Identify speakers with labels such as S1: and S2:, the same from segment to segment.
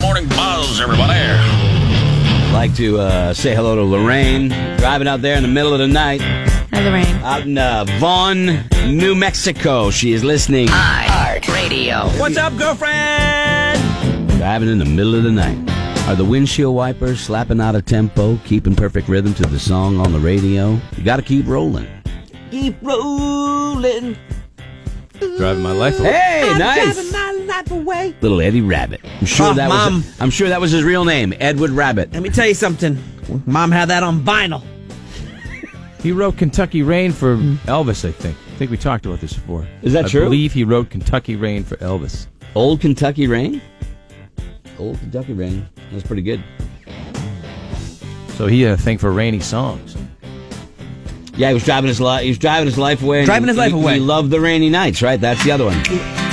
S1: morning buzz, everybody.
S2: Like to uh, say hello to Lorraine, driving out there in the middle of the night,
S3: Hi, Lorraine.
S2: out in uh, Vaughn, New Mexico. She is listening.
S3: Radio.
S2: What's up, girlfriend? Driving in the middle of the night. Are the windshield wipers slapping out of tempo, keeping perfect rhythm to the song on the radio? You got to keep rolling. Keep rolling.
S4: Driving my life away.
S2: Hey, nice. Little Eddie Rabbit. I'm sure
S5: Oh,
S2: that
S5: Mom.
S2: was. I'm sure that was his real name, Edward Rabbit.
S5: Let me tell you something. Mom had that on vinyl.
S4: He wrote Kentucky Rain for Elvis, I think. I think we talked about this before.
S2: Is that
S4: I
S2: true?
S4: believe he wrote Kentucky Rain for Elvis.
S2: Old Kentucky Rain. Old Kentucky Rain. That's pretty good.
S4: So he had a thing for rainy songs.
S2: Yeah, he was driving his life. He was driving his life away. and
S5: Driving
S2: he-
S5: his life
S2: he-
S5: away.
S2: He loved the rainy nights, right? That's the other one.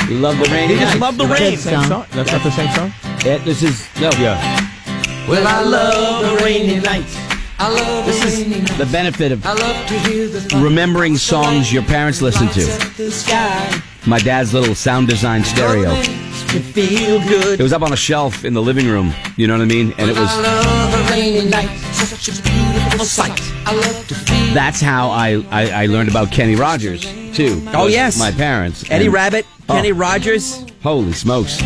S2: He loved the rainy.
S5: He just
S2: nights.
S5: loved the rain.
S4: Same song? That's not the same song?
S2: Yeah, this is no.
S4: Yeah.
S2: Well, I love the rainy nights. I love this is the benefit of remembering songs your parents listened to. My dad's little sound design stereo.
S5: Feel good.
S2: It was up on a shelf in the living room. You know what I mean? And it was that's how I I, I learned about Kenny Rogers too.
S5: Oh,
S2: was
S5: yes.
S2: my parents.
S5: Eddie
S2: And-
S5: Rabbit,
S2: Oh.
S5: Kenny Rogers,
S2: Holy smokes!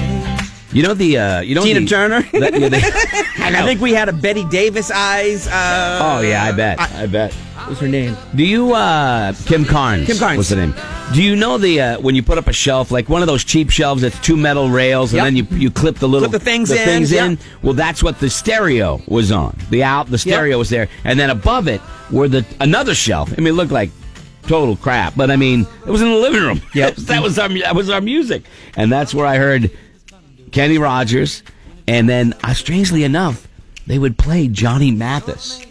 S2: You know the uh, you know
S5: Tina
S2: the,
S5: Turner.
S2: that- yeah, they-
S5: and I think we had a Betty Davis eyes. Uh,
S2: oh yeah, I bet. I bet.
S5: What was her name?
S2: Do you, uh, Kim Carnes?
S5: Kim Carnes.
S2: What's the name? Do you know the, uh, when you put up a shelf, like one of those cheap shelves that's two metal rails and
S5: Yep.
S2: then you, you clip the little
S5: Clip the things in, yep.
S2: Well, that's what the stereo was on. The out, the stereo was there. And then above it were the, another shelf. I mean, it looked like total crap, but I mean, it was in the living room.
S5: Yep.
S2: that was our, mu- that was our music. And that's where I heard Kenny Rogers. And then, uh, strangely enough, they would play Johnny Mathis.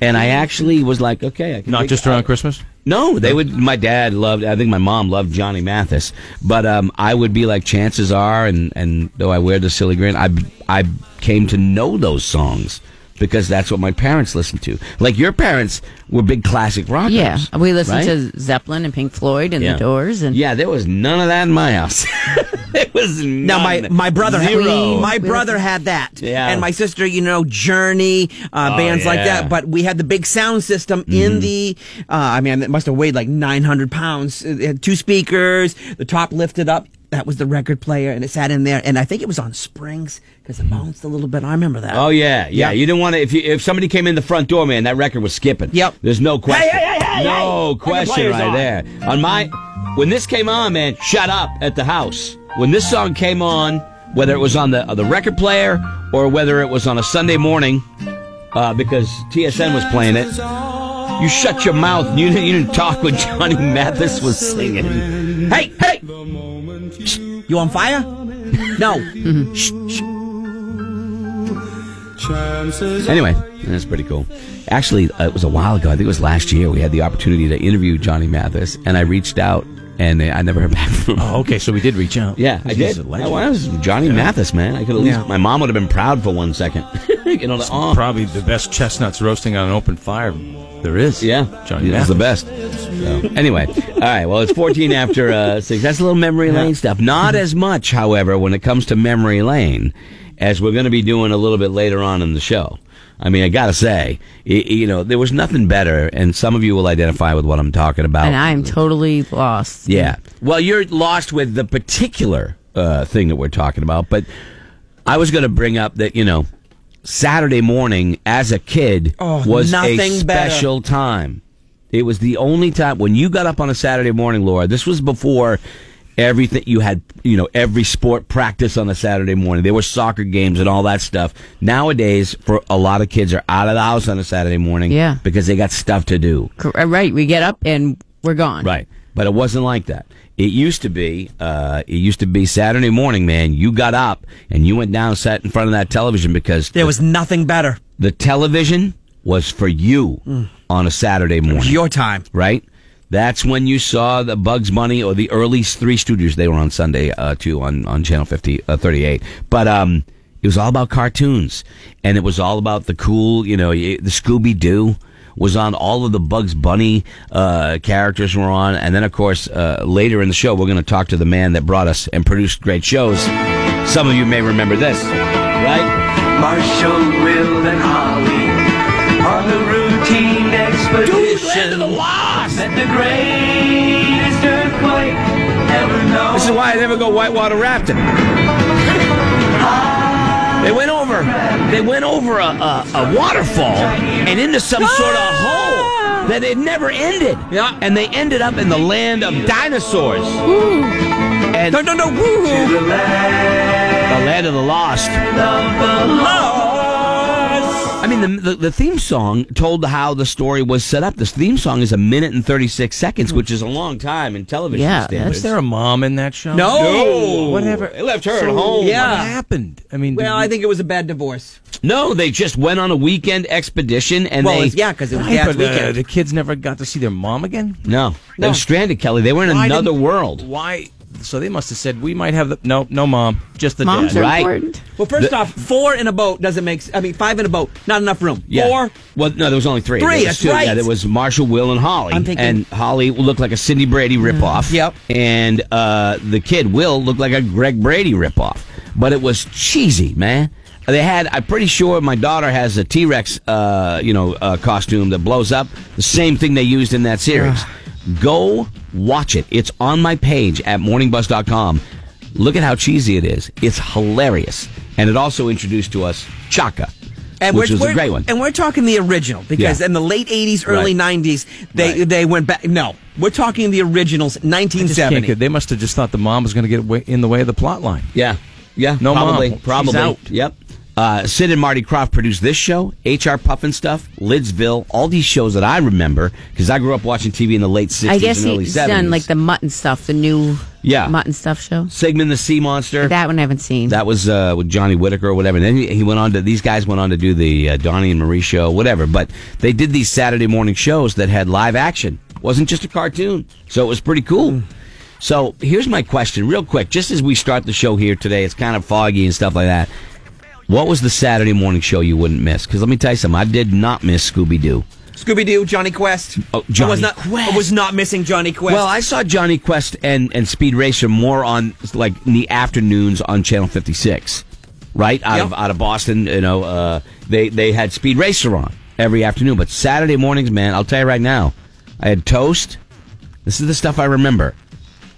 S2: And I actually was like, okay, I can
S4: Not
S2: dig-
S4: just around Christmas?
S2: no, they would. My dad loved. I think my mom loved Johnny Mathis, but um, I would be like, chances are, and and though I wear the silly grin, I I came to know those songs because that's what my parents listened to. Like your parents were big classic rockers.
S3: Yeah, we listened
S2: right?
S3: to Zeppelin and Pink Floyd and
S2: yeah.
S3: The Doors and
S2: yeah, there was none of that in my house. it was none.
S5: Now my my brother had
S2: Zero.
S5: my brother had that,
S2: Yeah.
S5: and my sister, you know, Journey, uh,
S2: Oh,
S5: bands like
S2: yeah. Mm-hmm.
S5: that. But we had the big sound system in the. Uh, I mean, it must have weighed like nine hundred pounds. It had two speakers, the top lifted up. That was the record player, and it sat in there. And I think it was on springs because it bounced a little bit. I remember that.
S2: Oh yeah, yeah.
S5: Yeah.
S2: You didn't want to if you, if somebody came in the front door, man, that record was skipping.
S5: Yep.
S2: There's no question.
S5: Hey, hey, hey, hey,
S2: no
S5: hey!
S2: question
S5: Turn the
S2: right there.
S5: players
S2: On my when this came on, man, shut up at the house. When this song came on, whether it was on the uh, the record player or whether it was on a Sunday morning, uh, because TSN was playing it. You shut your mouth. You didn't, you didn't talk when Johnny Mathis was singing. Hey, hey!
S5: You on fire? No.
S2: Anyway, that's pretty cool. Actually, uh, it was a while ago. I think it was last year. We had the opportunity to interview Johnny Mathis, and I reached out, and uh, I never heard back from him.
S4: Oh, okay. So we did reach out.
S2: Yeah, I
S4: He's
S2: did.
S4: a
S2: I
S4: legend.
S2: was Johnny Mathis, man. I could at least.
S5: Yeah.
S2: My mom would have been proud for one second. you know, like, oh,
S4: Probably the best chestnuts roasting on an open fire there is.
S2: yeah,
S4: Johnny
S2: That's the
S4: Mathis.
S2: best. So, anyway, all right. Well, it's fourteen after uh, six. That's a little memory lane stuff. Not as much, however, when it comes to memory lane, as we're going to be doing a little bit later on in the show. I mean, I gotta say, y you know, there was nothing better, and some of you will identify with what I'm talking about.
S3: and I am totally lost.
S2: Yeah. Well, you're lost with the particular uh, thing that we're talking about, but I was going to bring up that, you know, Saturday morning as a kid
S5: Oh,
S2: was a
S5: nothing better.
S2: special time. It was the only time when you got up on a Saturday morning, Laura. This was before everything you had, you know, every sport practice on a Saturday morning. There were soccer games and all that stuff. Nowadays, for a lot of kids are out of the house on a Saturday morning
S3: Yeah.
S2: because they got stuff to do.
S3: Cor- uh, right. We get up and we're gone.
S2: Right. But it wasn't like that. It used to be, uh, it used to be Saturday morning, man. You got up and you went down, sat in front of that television because
S5: There
S2: the,
S5: was nothing better.
S2: the television was for you
S5: Mm.
S2: on a Saturday morning,
S5: Your time.
S2: right? That's when you saw the Bugs Bunny or the early Three Studios. They were on Sunday uh, too on on Channel 50, uh, 38. But um, it was all about cartoons, and it was all about the cool, you know, y- the Scooby Doo was on. All of the Bugs Bunny uh, characters were on, and then of course uh, later in the show we're going to talk to the man that brought us and produced great shows. Some of you may remember this, right?
S1: Marshall, Will, and Holly on the routine expedition
S2: lost.
S1: met the greatest earthquake ever known.
S2: This is why I never go whitewater rafting. They went over. They went over a, a, a waterfall and into some sort of hole that had never ended.
S5: Yeah.
S2: And they ended up in the land of dinosaurs. And
S5: No,
S2: the
S5: no, no. Woo!
S1: the land
S2: land of the lost.
S1: of the lost.
S2: I mean, the, the, the theme song told how the story was set up. This theme song is a minute and 36 seconds, which is a long time in television
S3: Yeah,
S2: standards.
S4: Was there a mom in that show?
S5: No.
S2: No.
S4: Whatever.
S2: They left her at home.
S5: Yeah.
S4: What happened? I mean,
S5: Well,
S4: did-
S5: I think it was a bad divorce.
S2: No, they just went on a weekend expedition and
S5: Well,
S2: they.
S5: it's- yeah, because it was
S4: Right,
S5: dad's
S4: but, uh,
S5: weekend.
S4: the kids never got to see their mom again.
S2: No. They were stranded, Kelly. They were in
S4: Why
S2: another
S4: didn't-
S2: world.
S4: Why? So they must have said we might have the no, no mom, just the
S3: Moms
S4: dad.
S3: are
S2: Right.
S3: important.
S5: Well, first off, four in a boat doesn't make. s- I mean, five in a boat, not enough room.
S2: Yeah.
S5: Four.
S2: Well, no, there was only three.
S5: Three,
S2: There was
S5: that's
S2: two. Yeah,
S5: right.
S2: there was Marshall, Will, and Holly.
S5: I'm thinking- Mm.
S2: and Holly looked like a Cindy Brady ripoff.
S5: Yep.
S2: And uh, the kid, Will, looked like a Greg Brady ripoff. But it was cheesy, man. They had, I'm pretty sure my daughter has a T Rex, uh, you know, uh, costume that blows up. The same thing they used in that series. Go watch it. It's on my page at morningbus.com. Look at how cheesy it is. It's hilarious. And it also introduced to us Chaka, which
S5: we're-
S2: was a
S5: we're-
S2: great one.
S5: And we're talking the original because
S2: Yeah.
S5: in the late '80s, early
S2: Right.
S5: '90s, they
S2: Right.
S5: they went back. No, we're talking the originals,
S4: Just can't
S5: 1970.
S4: get- they must have just thought the mom was going to get away- in the way of the plot line.
S2: Yeah. Yeah.
S4: No
S2: probably.
S4: mom. She's
S2: Probably.
S4: out.
S2: Yep. Uh, Sid and Marty Croft produced this show, HR Puffin Stuff, Lidsville, all these shows that I remember because I grew up watching TV in the late 60s
S3: I guess
S2: and early
S3: he's
S2: 70s.
S3: done like the mutton stuff, the new
S2: Yeah.
S3: mutton stuff show.
S2: Sigmund the Sea Monster.
S3: That one I haven't seen.
S2: That was uh, with Johnny Whitaker or whatever. And then he, he went on to these guys went on to do the uh, Donnie and Marie show, whatever. But they did these Saturday morning shows that had live action. wasn't just a cartoon, so it was pretty cool. So here's my question, real quick, just as we start the show here today. It's kind of foggy and stuff like that. What was the Saturday morning show you wouldn't miss? Because let me tell you something, I did not miss Scooby Doo.
S5: Scooby Doo, Johnny Quest.
S2: Oh, Johnny
S5: I was not,
S2: Quest.
S5: I was not missing Johnny Quest.
S2: Well, I saw Johnny Quest and, and Speed Racer more on like in the afternoons on Channel 56, right out of
S5: Yeah.
S2: out of Boston. You know, uh, they they had Speed Racer on every afternoon, but Saturday mornings, man, I'll tell you right now, I had toast. This is the stuff I remember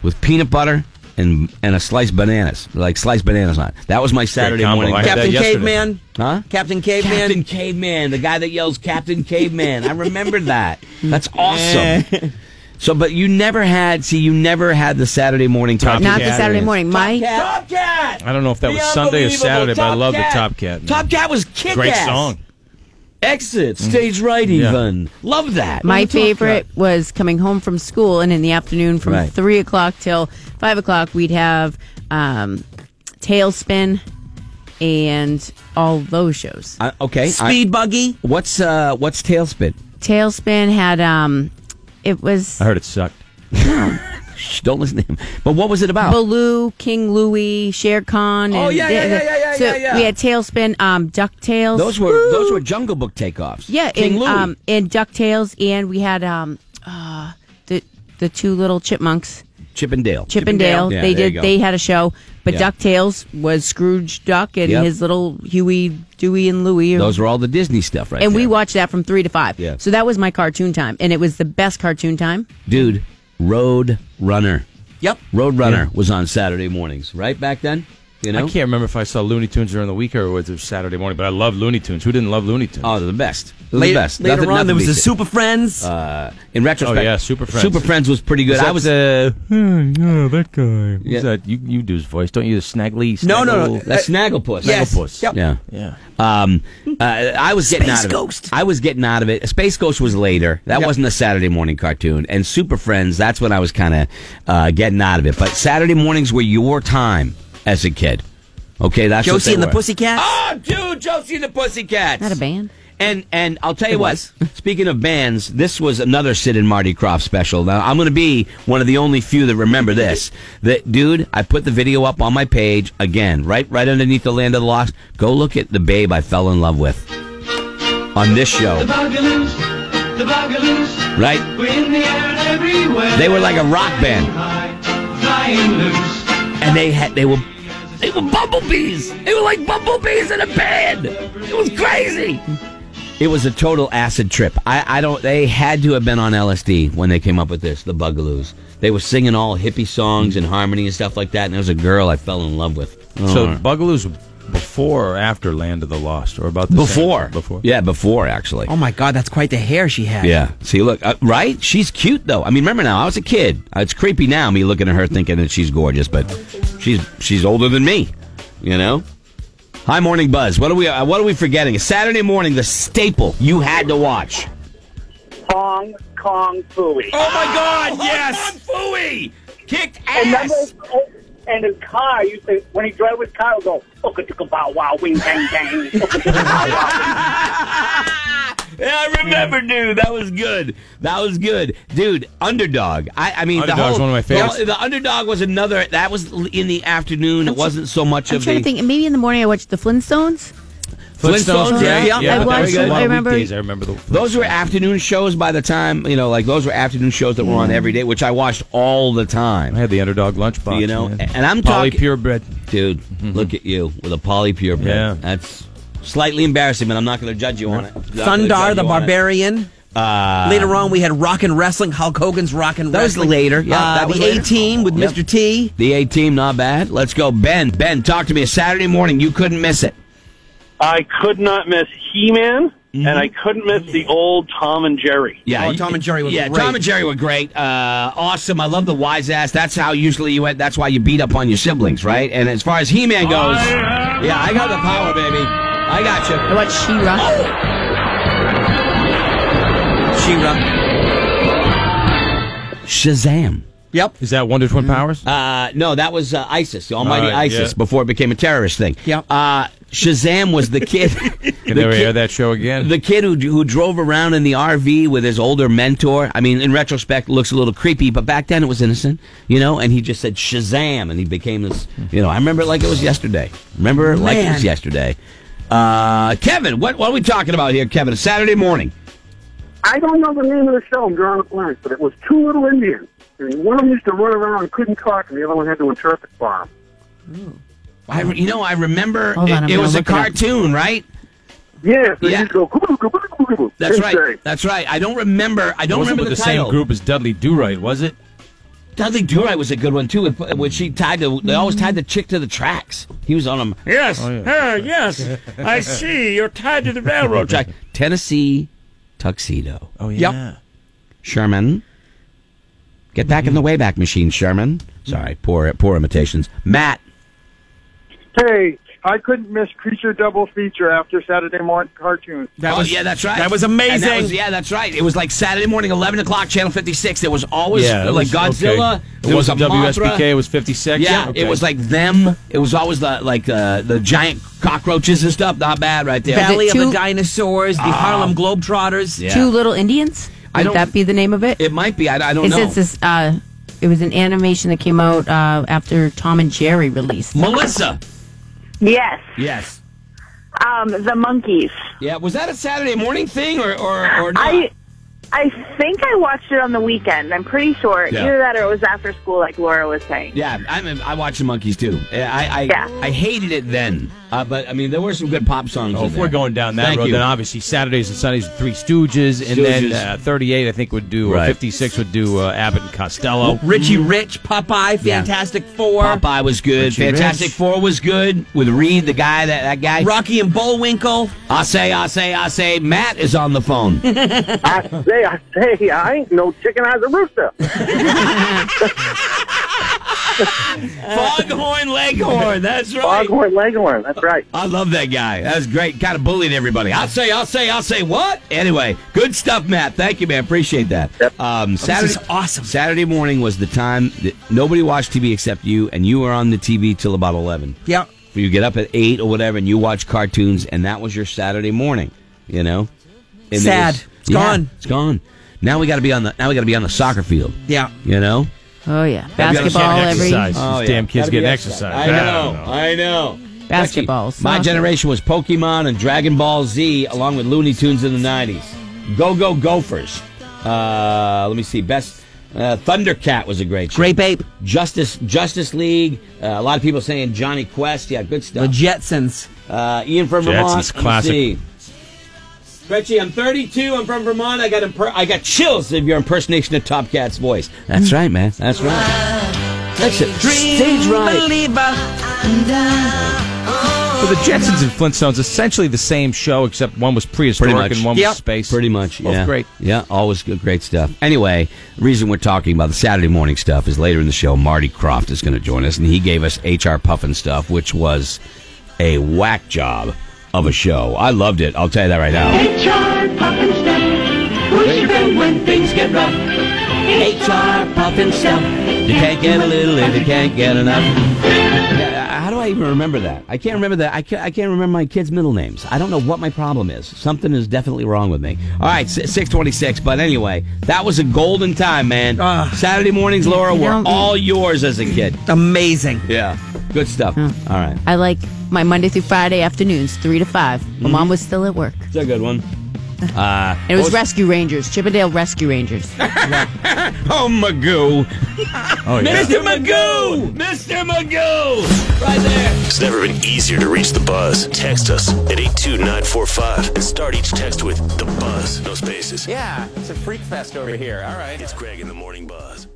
S2: with peanut butter and and a sliced bananas, like sliced bananas on. it. That was my Saturday
S4: combo.
S2: morning.
S4: I had
S2: Captain,
S5: Captain
S4: that yesterday.
S5: Caveman.
S2: Huh?
S5: Captain Caveman.
S2: Captain Caveman, the guy that yells Captain Caveman. I remember that. That's awesome. So, but you never had. See, you never had the Saturday morning top.
S3: Not
S4: Cat
S3: the Saturday
S4: is-
S3: morning. My
S5: Cat.
S2: Cat.
S4: I don't know if that
S2: The
S4: was Sunday or
S2: unbelievable
S4: Saturday, but I love the Top Cat, man.
S2: Top Cat was kick
S4: Great song. Mm.
S2: Exit stage right
S4: Yeah.
S2: even. Love that.
S3: my
S2: Love the Top
S3: favorite
S2: Cat.
S3: was coming home from school, and in the afternoon from
S2: Right.
S3: three o'clock till five o'clock, we'd have um, Tailspin and all those shows.
S2: Uh, okay.
S5: Speed Buggy.
S2: I- what's uh what's Tailspin?
S3: Tailspin had um, it was
S2: Uh,
S4: I heard it sucked.
S2: Shh, don't listen to him. But what was it about?
S3: Baloo, King Louie, Shere Khan. And
S2: Oh, yeah, yeah, yeah, yeah, yeah,
S3: so
S2: yeah, yeah.
S3: We had Tailspin, um, Ducktales.
S2: those were those were Jungle Book takeoffs.
S3: yeah,
S2: King
S3: and
S2: Louie.
S3: um, and Ducktales, and we had um, uh, the the two little chipmunks.
S2: Chip and Dale.
S3: Chip and Dale.
S2: Yeah,
S3: they
S2: there you
S3: did.
S2: go.
S3: They had a show, but
S2: Yeah.
S3: Ducktales was Scrooge Duck and
S2: Yep.
S3: his little Huey, Dewey, and Louie.
S2: Those were all the Disney stuff, right?
S3: and we
S2: there.
S3: watched that from three to five.
S2: Yeah.
S3: So that was my cartoon time, and it was the best cartoon time.
S2: dude, Road Runner.
S5: Yep.
S2: Road Runner
S4: Yeah.
S2: was on Saturday mornings, right back then. You know,
S4: I can't remember if I saw Looney Tunes during the week or was it Saturday morning, but I love Looney Tunes. Who didn't love Looney Tunes?
S2: Oh, they're the best. They're
S5: Later,
S2: the best.
S5: later
S2: Nothing-
S5: on,
S2: nothing
S5: there was the
S2: beats it.
S5: Super Friends.
S2: Uh, in retrospect,
S4: Oh, yeah, Super Friends.
S2: Super Friends was pretty good. I was.
S4: a yeah, that guy.
S2: Yeah.
S4: Who's that? You you do his voice, don't you? The Snaggly.
S5: No, no, no.
S4: Snaggle-
S2: that's Snagglepuss.
S5: Yes.
S2: Snagglepuss.
S5: Yep.
S2: Yeah.
S4: Yeah.
S2: Um, uh, I was getting
S5: Space
S2: out of
S5: Ghost.
S2: it. I was getting out of it. Space Ghost was later. That
S5: Yep.
S2: wasn't a Saturday morning cartoon. And Super Friends, that's when I was kind of uh, getting out of it. But Saturday mornings were your time as a kid. Okay, that's what
S5: Josie
S2: they
S5: and the
S2: were.
S5: Pussycats.
S2: Oh, dude, Josie and the Pussycats.
S3: Not a band.
S2: And and I'll tell you
S5: It
S2: what.
S5: was.
S2: Speaking of bands, this was another Sid and Marty Croft special. Now I'm going to be one of the only few that remember this. That dude, I put the video up on my page again, right right underneath the Land of the Lost. Go look at the babe I fell in love with on this
S1: The
S2: show,
S1: Bugaloos, the Bugaloos,
S2: right?
S1: we're in the air and everywhere.
S2: They were like a rock band,
S1: High, flying loose.
S2: and they had they were They were bumblebees. They were like bumblebees in a bed. It was crazy. It was a total acid trip. I, I don't. They had to have been on LSD when they came up with this. The Bugaloos. They were singing all hippie songs and harmony and stuff like that. And there was a girl I fell in love with.
S4: So
S2: Oh.
S4: Bugaloo's before or after Land of the Lost, or about the same?
S2: before,
S4: Before.
S2: yeah, before actually.
S5: Oh my God, that's quite the hair she had.
S2: Yeah. See, look, uh, right? She's cute though. I mean, remember now, I was a kid. Uh, It's creepy now me looking at her thinking that she's gorgeous, but she's she's older than me, you know? Hi Morning Buzz. What are we uh, what are we forgetting? Saturday morning, the staple you had to watch.
S6: Kong Kong Fooey.
S2: Oh my god, yes. Fooey kicked
S6: And remember, and his car used to when he drove his car, it would go ooka chicka bow wow wing bang bang. ooka chicka bow wow.
S2: Yeah, I remember, dude. That was good. That was good, dude. Underdog. I, I mean, the
S4: Underdog's
S2: whole,
S4: one of my favorites.
S2: The, the underdog was another. That was in the afternoon. It wasn't so much
S3: I'm
S2: of
S3: trying
S2: the.
S3: to think. Maybe in the morning I watched the Flintstones.
S2: Flintstones, yeah, yeah.
S3: I
S4: but that
S3: watched
S4: was a
S3: them,
S4: lot
S3: I
S4: of
S3: remember-
S4: weekdays, I remember the
S2: Those were afternoon shows by the time, you know, like those were afternoon shows that were on every day, which I watched all the
S4: I
S2: time.
S4: had the underdog lunchbox.
S2: You know,
S4: man.
S2: and I'm
S4: Polly
S2: talking-
S4: purebred.
S2: Dude, look at you with a poly purebred.
S4: Yeah.
S2: That's slightly embarrassing, but I'm not going to judge you on it. Not gonna
S5: Thundar
S2: judge
S5: the
S2: you on it.
S5: Barbarian. later on, we had Rockin' Wrestling, Hulk Hogan's Rockin'
S2: That was
S5: Wrestling.
S2: later, yeah,
S5: Uh,
S2: that was
S5: the
S2: later.
S5: A Team with
S2: Yep.
S5: Mr. T.
S2: The A team, not bad. Let's go, Ben. Ben, talk to me. Saturday morning, you couldn't miss it.
S7: I could not miss He Man, and I couldn't miss the old Tom and Jerry.
S2: Yeah,
S5: Oh,
S2: you-
S5: Tom and Jerry was
S2: yeah.
S5: great.
S2: Tom and Jerry were great. Uh, awesome. I love the wise ass. That's how usually you. That's why you beat up on your siblings, right? And as far as He Man goes, yeah, I got the power, baby. I got you.
S3: I watched She-Ra.
S5: She-Ra.
S2: Shazam.
S5: Yep.
S4: Is that Wonder Twin Powers?
S2: Uh, no, that was uh, ISIS, the Almighty
S4: All right,
S2: ISIS,
S4: yeah.
S2: before it became a terrorist thing.
S5: Yep.
S2: Uh, Shazam was the kid.
S4: Can
S2: the
S4: never
S2: kid-
S4: hear that show again.
S2: The kid who who drove around in the RV with his older mentor. I mean, in retrospect, looks a little creepy, but back then it was innocent, you know. And he just said Shazam, and he became this. You know, I remember it like it was yesterday. Remember it like it was
S5: Man.
S2: yesterday. Uh, Kevin, what what are we talking about here, Kevin? It's Saturday morning.
S6: I don't know the name of the show. I'm drawing a blank, but it was two little Indians, and one of them used to run around and couldn't talk, and the other one had to interpret for him.
S2: I re- you know I remember
S3: Hold on, I'm
S2: it, it
S3: gonna
S2: was a
S3: look it up.
S2: cartoon, right?
S6: Yeah, so
S2: Yeah.
S6: yeah. you go. "Gubba, gubba, gubba, gubba,"
S2: That's
S6: and
S2: right.
S6: say,
S2: That's right. I don't remember. I don't
S4: wasn't
S2: remember
S4: with
S2: the,
S4: the,
S2: title.
S4: same group as Dudley Do Right, was it?
S2: Dudley Do Right was a good one too. When when she tied the, they always tied the chick to the tracks. He was on them. Yes,
S4: Oh, yeah.
S2: ah, yes. I see you're tied to the railroad track. Tennessee tuxedo,
S4: Oh
S5: Yep.
S4: yeah.
S2: Sherman. Get back in the wayback machine, Sherman. Sorry, poor poor imitations. Matt,
S8: Hey, I couldn't miss Creature Double Feature after Saturday morning cartoons.
S2: oh, yeah, that's right.
S5: that was
S2: And that
S5: amazing.
S2: was- yeah, that's right. It was like Saturday morning, eleven o'clock, channel fifty six. There was always
S4: Yeah, it
S2: like
S4: was-
S2: Godzilla.
S4: okay.
S2: There
S4: It wasn't
S2: a Mothra.
S4: WSBK. It was 56.
S2: Yeah,
S4: Okay.
S2: it was like them. It was always the like uh, the giant cockroaches and stuff. Not bad, right there.
S5: Valley of the
S3: two-
S5: Dinosaurs, the
S2: Ah.
S5: Harlem Globetrotters.
S2: Yeah.
S3: Two Little Indians.
S2: I
S3: Would
S2: don't-
S3: that be the name of it?
S2: It might be. I, I don't
S3: It
S2: know.
S3: says this. Uh, it was an animation that came out uh, after Tom and Jerry released.
S2: Melissa.
S9: Yes.
S2: Yes.
S9: Um, the monkeys.
S2: Yeah. Was that a Saturday morning thing or or, or not?
S9: I I think I watched it on the weekend. I'm pretty sure.
S2: Yeah.
S9: Either that or it was after school, like Laura was saying.
S2: yeah, I mean, I watched the monkeys too. Yeah, I I,
S9: Yeah.
S2: I hated it then, uh, but I mean there were some good pop songs.
S4: Oh,
S2: in
S4: if
S2: there.
S4: we're going down that
S2: Thank
S4: road,
S2: you.
S4: then obviously Saturdays and Sundays with Three Stooges, and then
S2: Stooges.
S4: uh, 38 I think would do, or
S2: Right.
S4: 56 would do uh, Abbott and Costello.
S5: Richie Rich, Popeye,
S2: Yeah.
S5: Fantastic Four.
S2: Popeye was good.
S4: Richie
S2: Fantastic
S4: Rich.
S2: Four was good with Reed, the guy that that guy.
S5: Rocky and Bullwinkle.
S2: I say, I say, I say. Matt is on the phone.
S6: I say, I say, I ain't no chicken eyes a rooster.
S2: Foghorn Leghorn. That's right.
S6: Foghorn Leghorn. That's right.
S2: I love that guy. That was great. Kind of bullied everybody. I'll say, I'll say, I'll say what? Anyway, good stuff, Matt. Thank you, man. Appreciate that.
S6: Yep.
S2: Um, Saturday,
S5: Oh, is awesome.
S2: Saturday morning was the time that nobody watched TV except you, and you were on the TV till about 11.
S5: Yeah.
S2: You get up at 8 or whatever, and you watch cartoons, and that was your Saturday morning, you know? And it
S5: Sad.
S2: was-
S5: It's
S2: Yeah,
S5: gone.
S2: It's gone. Now we got to be on the now we got to be on the soccer field,
S5: Yeah.
S2: you know?
S3: Oh yeah,
S2: gotta
S3: basketball
S2: get
S3: every
S4: exercise. These damn kids
S2: Gotta be
S4: getting
S2: exercise.
S4: exercise.
S2: I
S4: I
S2: know.
S4: don't know.
S2: I know.
S3: basketball.
S2: My
S3: soccer.
S2: generation was Pokemon and Dragon Ball Z, along with Looney Tunes in the '90s. Go Go Gophers. Uh, let me see. Best Uh, Thundercat was a great show.
S5: Grape Ape,
S2: Justice Justice League. Uh, a lot of people saying Johnny Quest. Yeah, good stuff.
S5: The Jetsons.
S2: Uh, Ian from
S4: Jetsons,
S2: Vermont. let me
S4: classic.
S2: see. Stretchy, I'm 32. I'm from Vermont. I got imper- I got chills of your impersonation of Top Cat's voice. That's right, man. That's right. That's it. Stage right.
S4: Well, the Jetsons and Flintstones essentially the same show, except one was prehistoric
S2: Pretty much.
S4: and one
S5: Yep.
S4: was space.
S2: Pretty much.
S4: Both
S2: yeah.
S4: great.
S2: Yeah, always good, great stuff. Anyway, the reason we're talking about the Saturday morning stuff is later in the show, Marty Croft is going to join us, and he gave us HR Puffin stuff, which was a whack job of a show. I loved it. I'll tell you that right now.
S1: HR Puffin Stuff. What's your friend when things get rough? HR Puffin Stuff.
S2: You can't get a little if you can't get enough. Yeah, Uh, How do I even remember that? I can't remember that. I can't, I can't remember my kids' middle names. I don't know what my problem is. Something is definitely wrong with me. All right, si- 626. But anyway, that was a golden time, man.
S5: Ah.
S2: Saturday mornings, Laura, were
S3: don't-
S2: all yours as a kid.
S5: Amazing.
S2: Yeah. Good stuff. All right.
S3: I like my Monday through Friday afternoons, three to 5
S2: Mm-hmm.
S3: My mom was still at work.
S2: It's a good one. Uh,
S3: And it was
S2: most-
S3: Rescue Rangers, Chippendale Rescue Rangers.
S2: Oh, Magoo.
S4: Oh, yeah.
S2: Mr. Magoo! Mr. Magoo! Right there.
S10: It's never been easier to reach the buzz. Text us at 82945 and start each text with the buzz. No spaces.
S2: Yeah, it's a freak fest over here. All right.
S10: It's Greg in the morning buzz.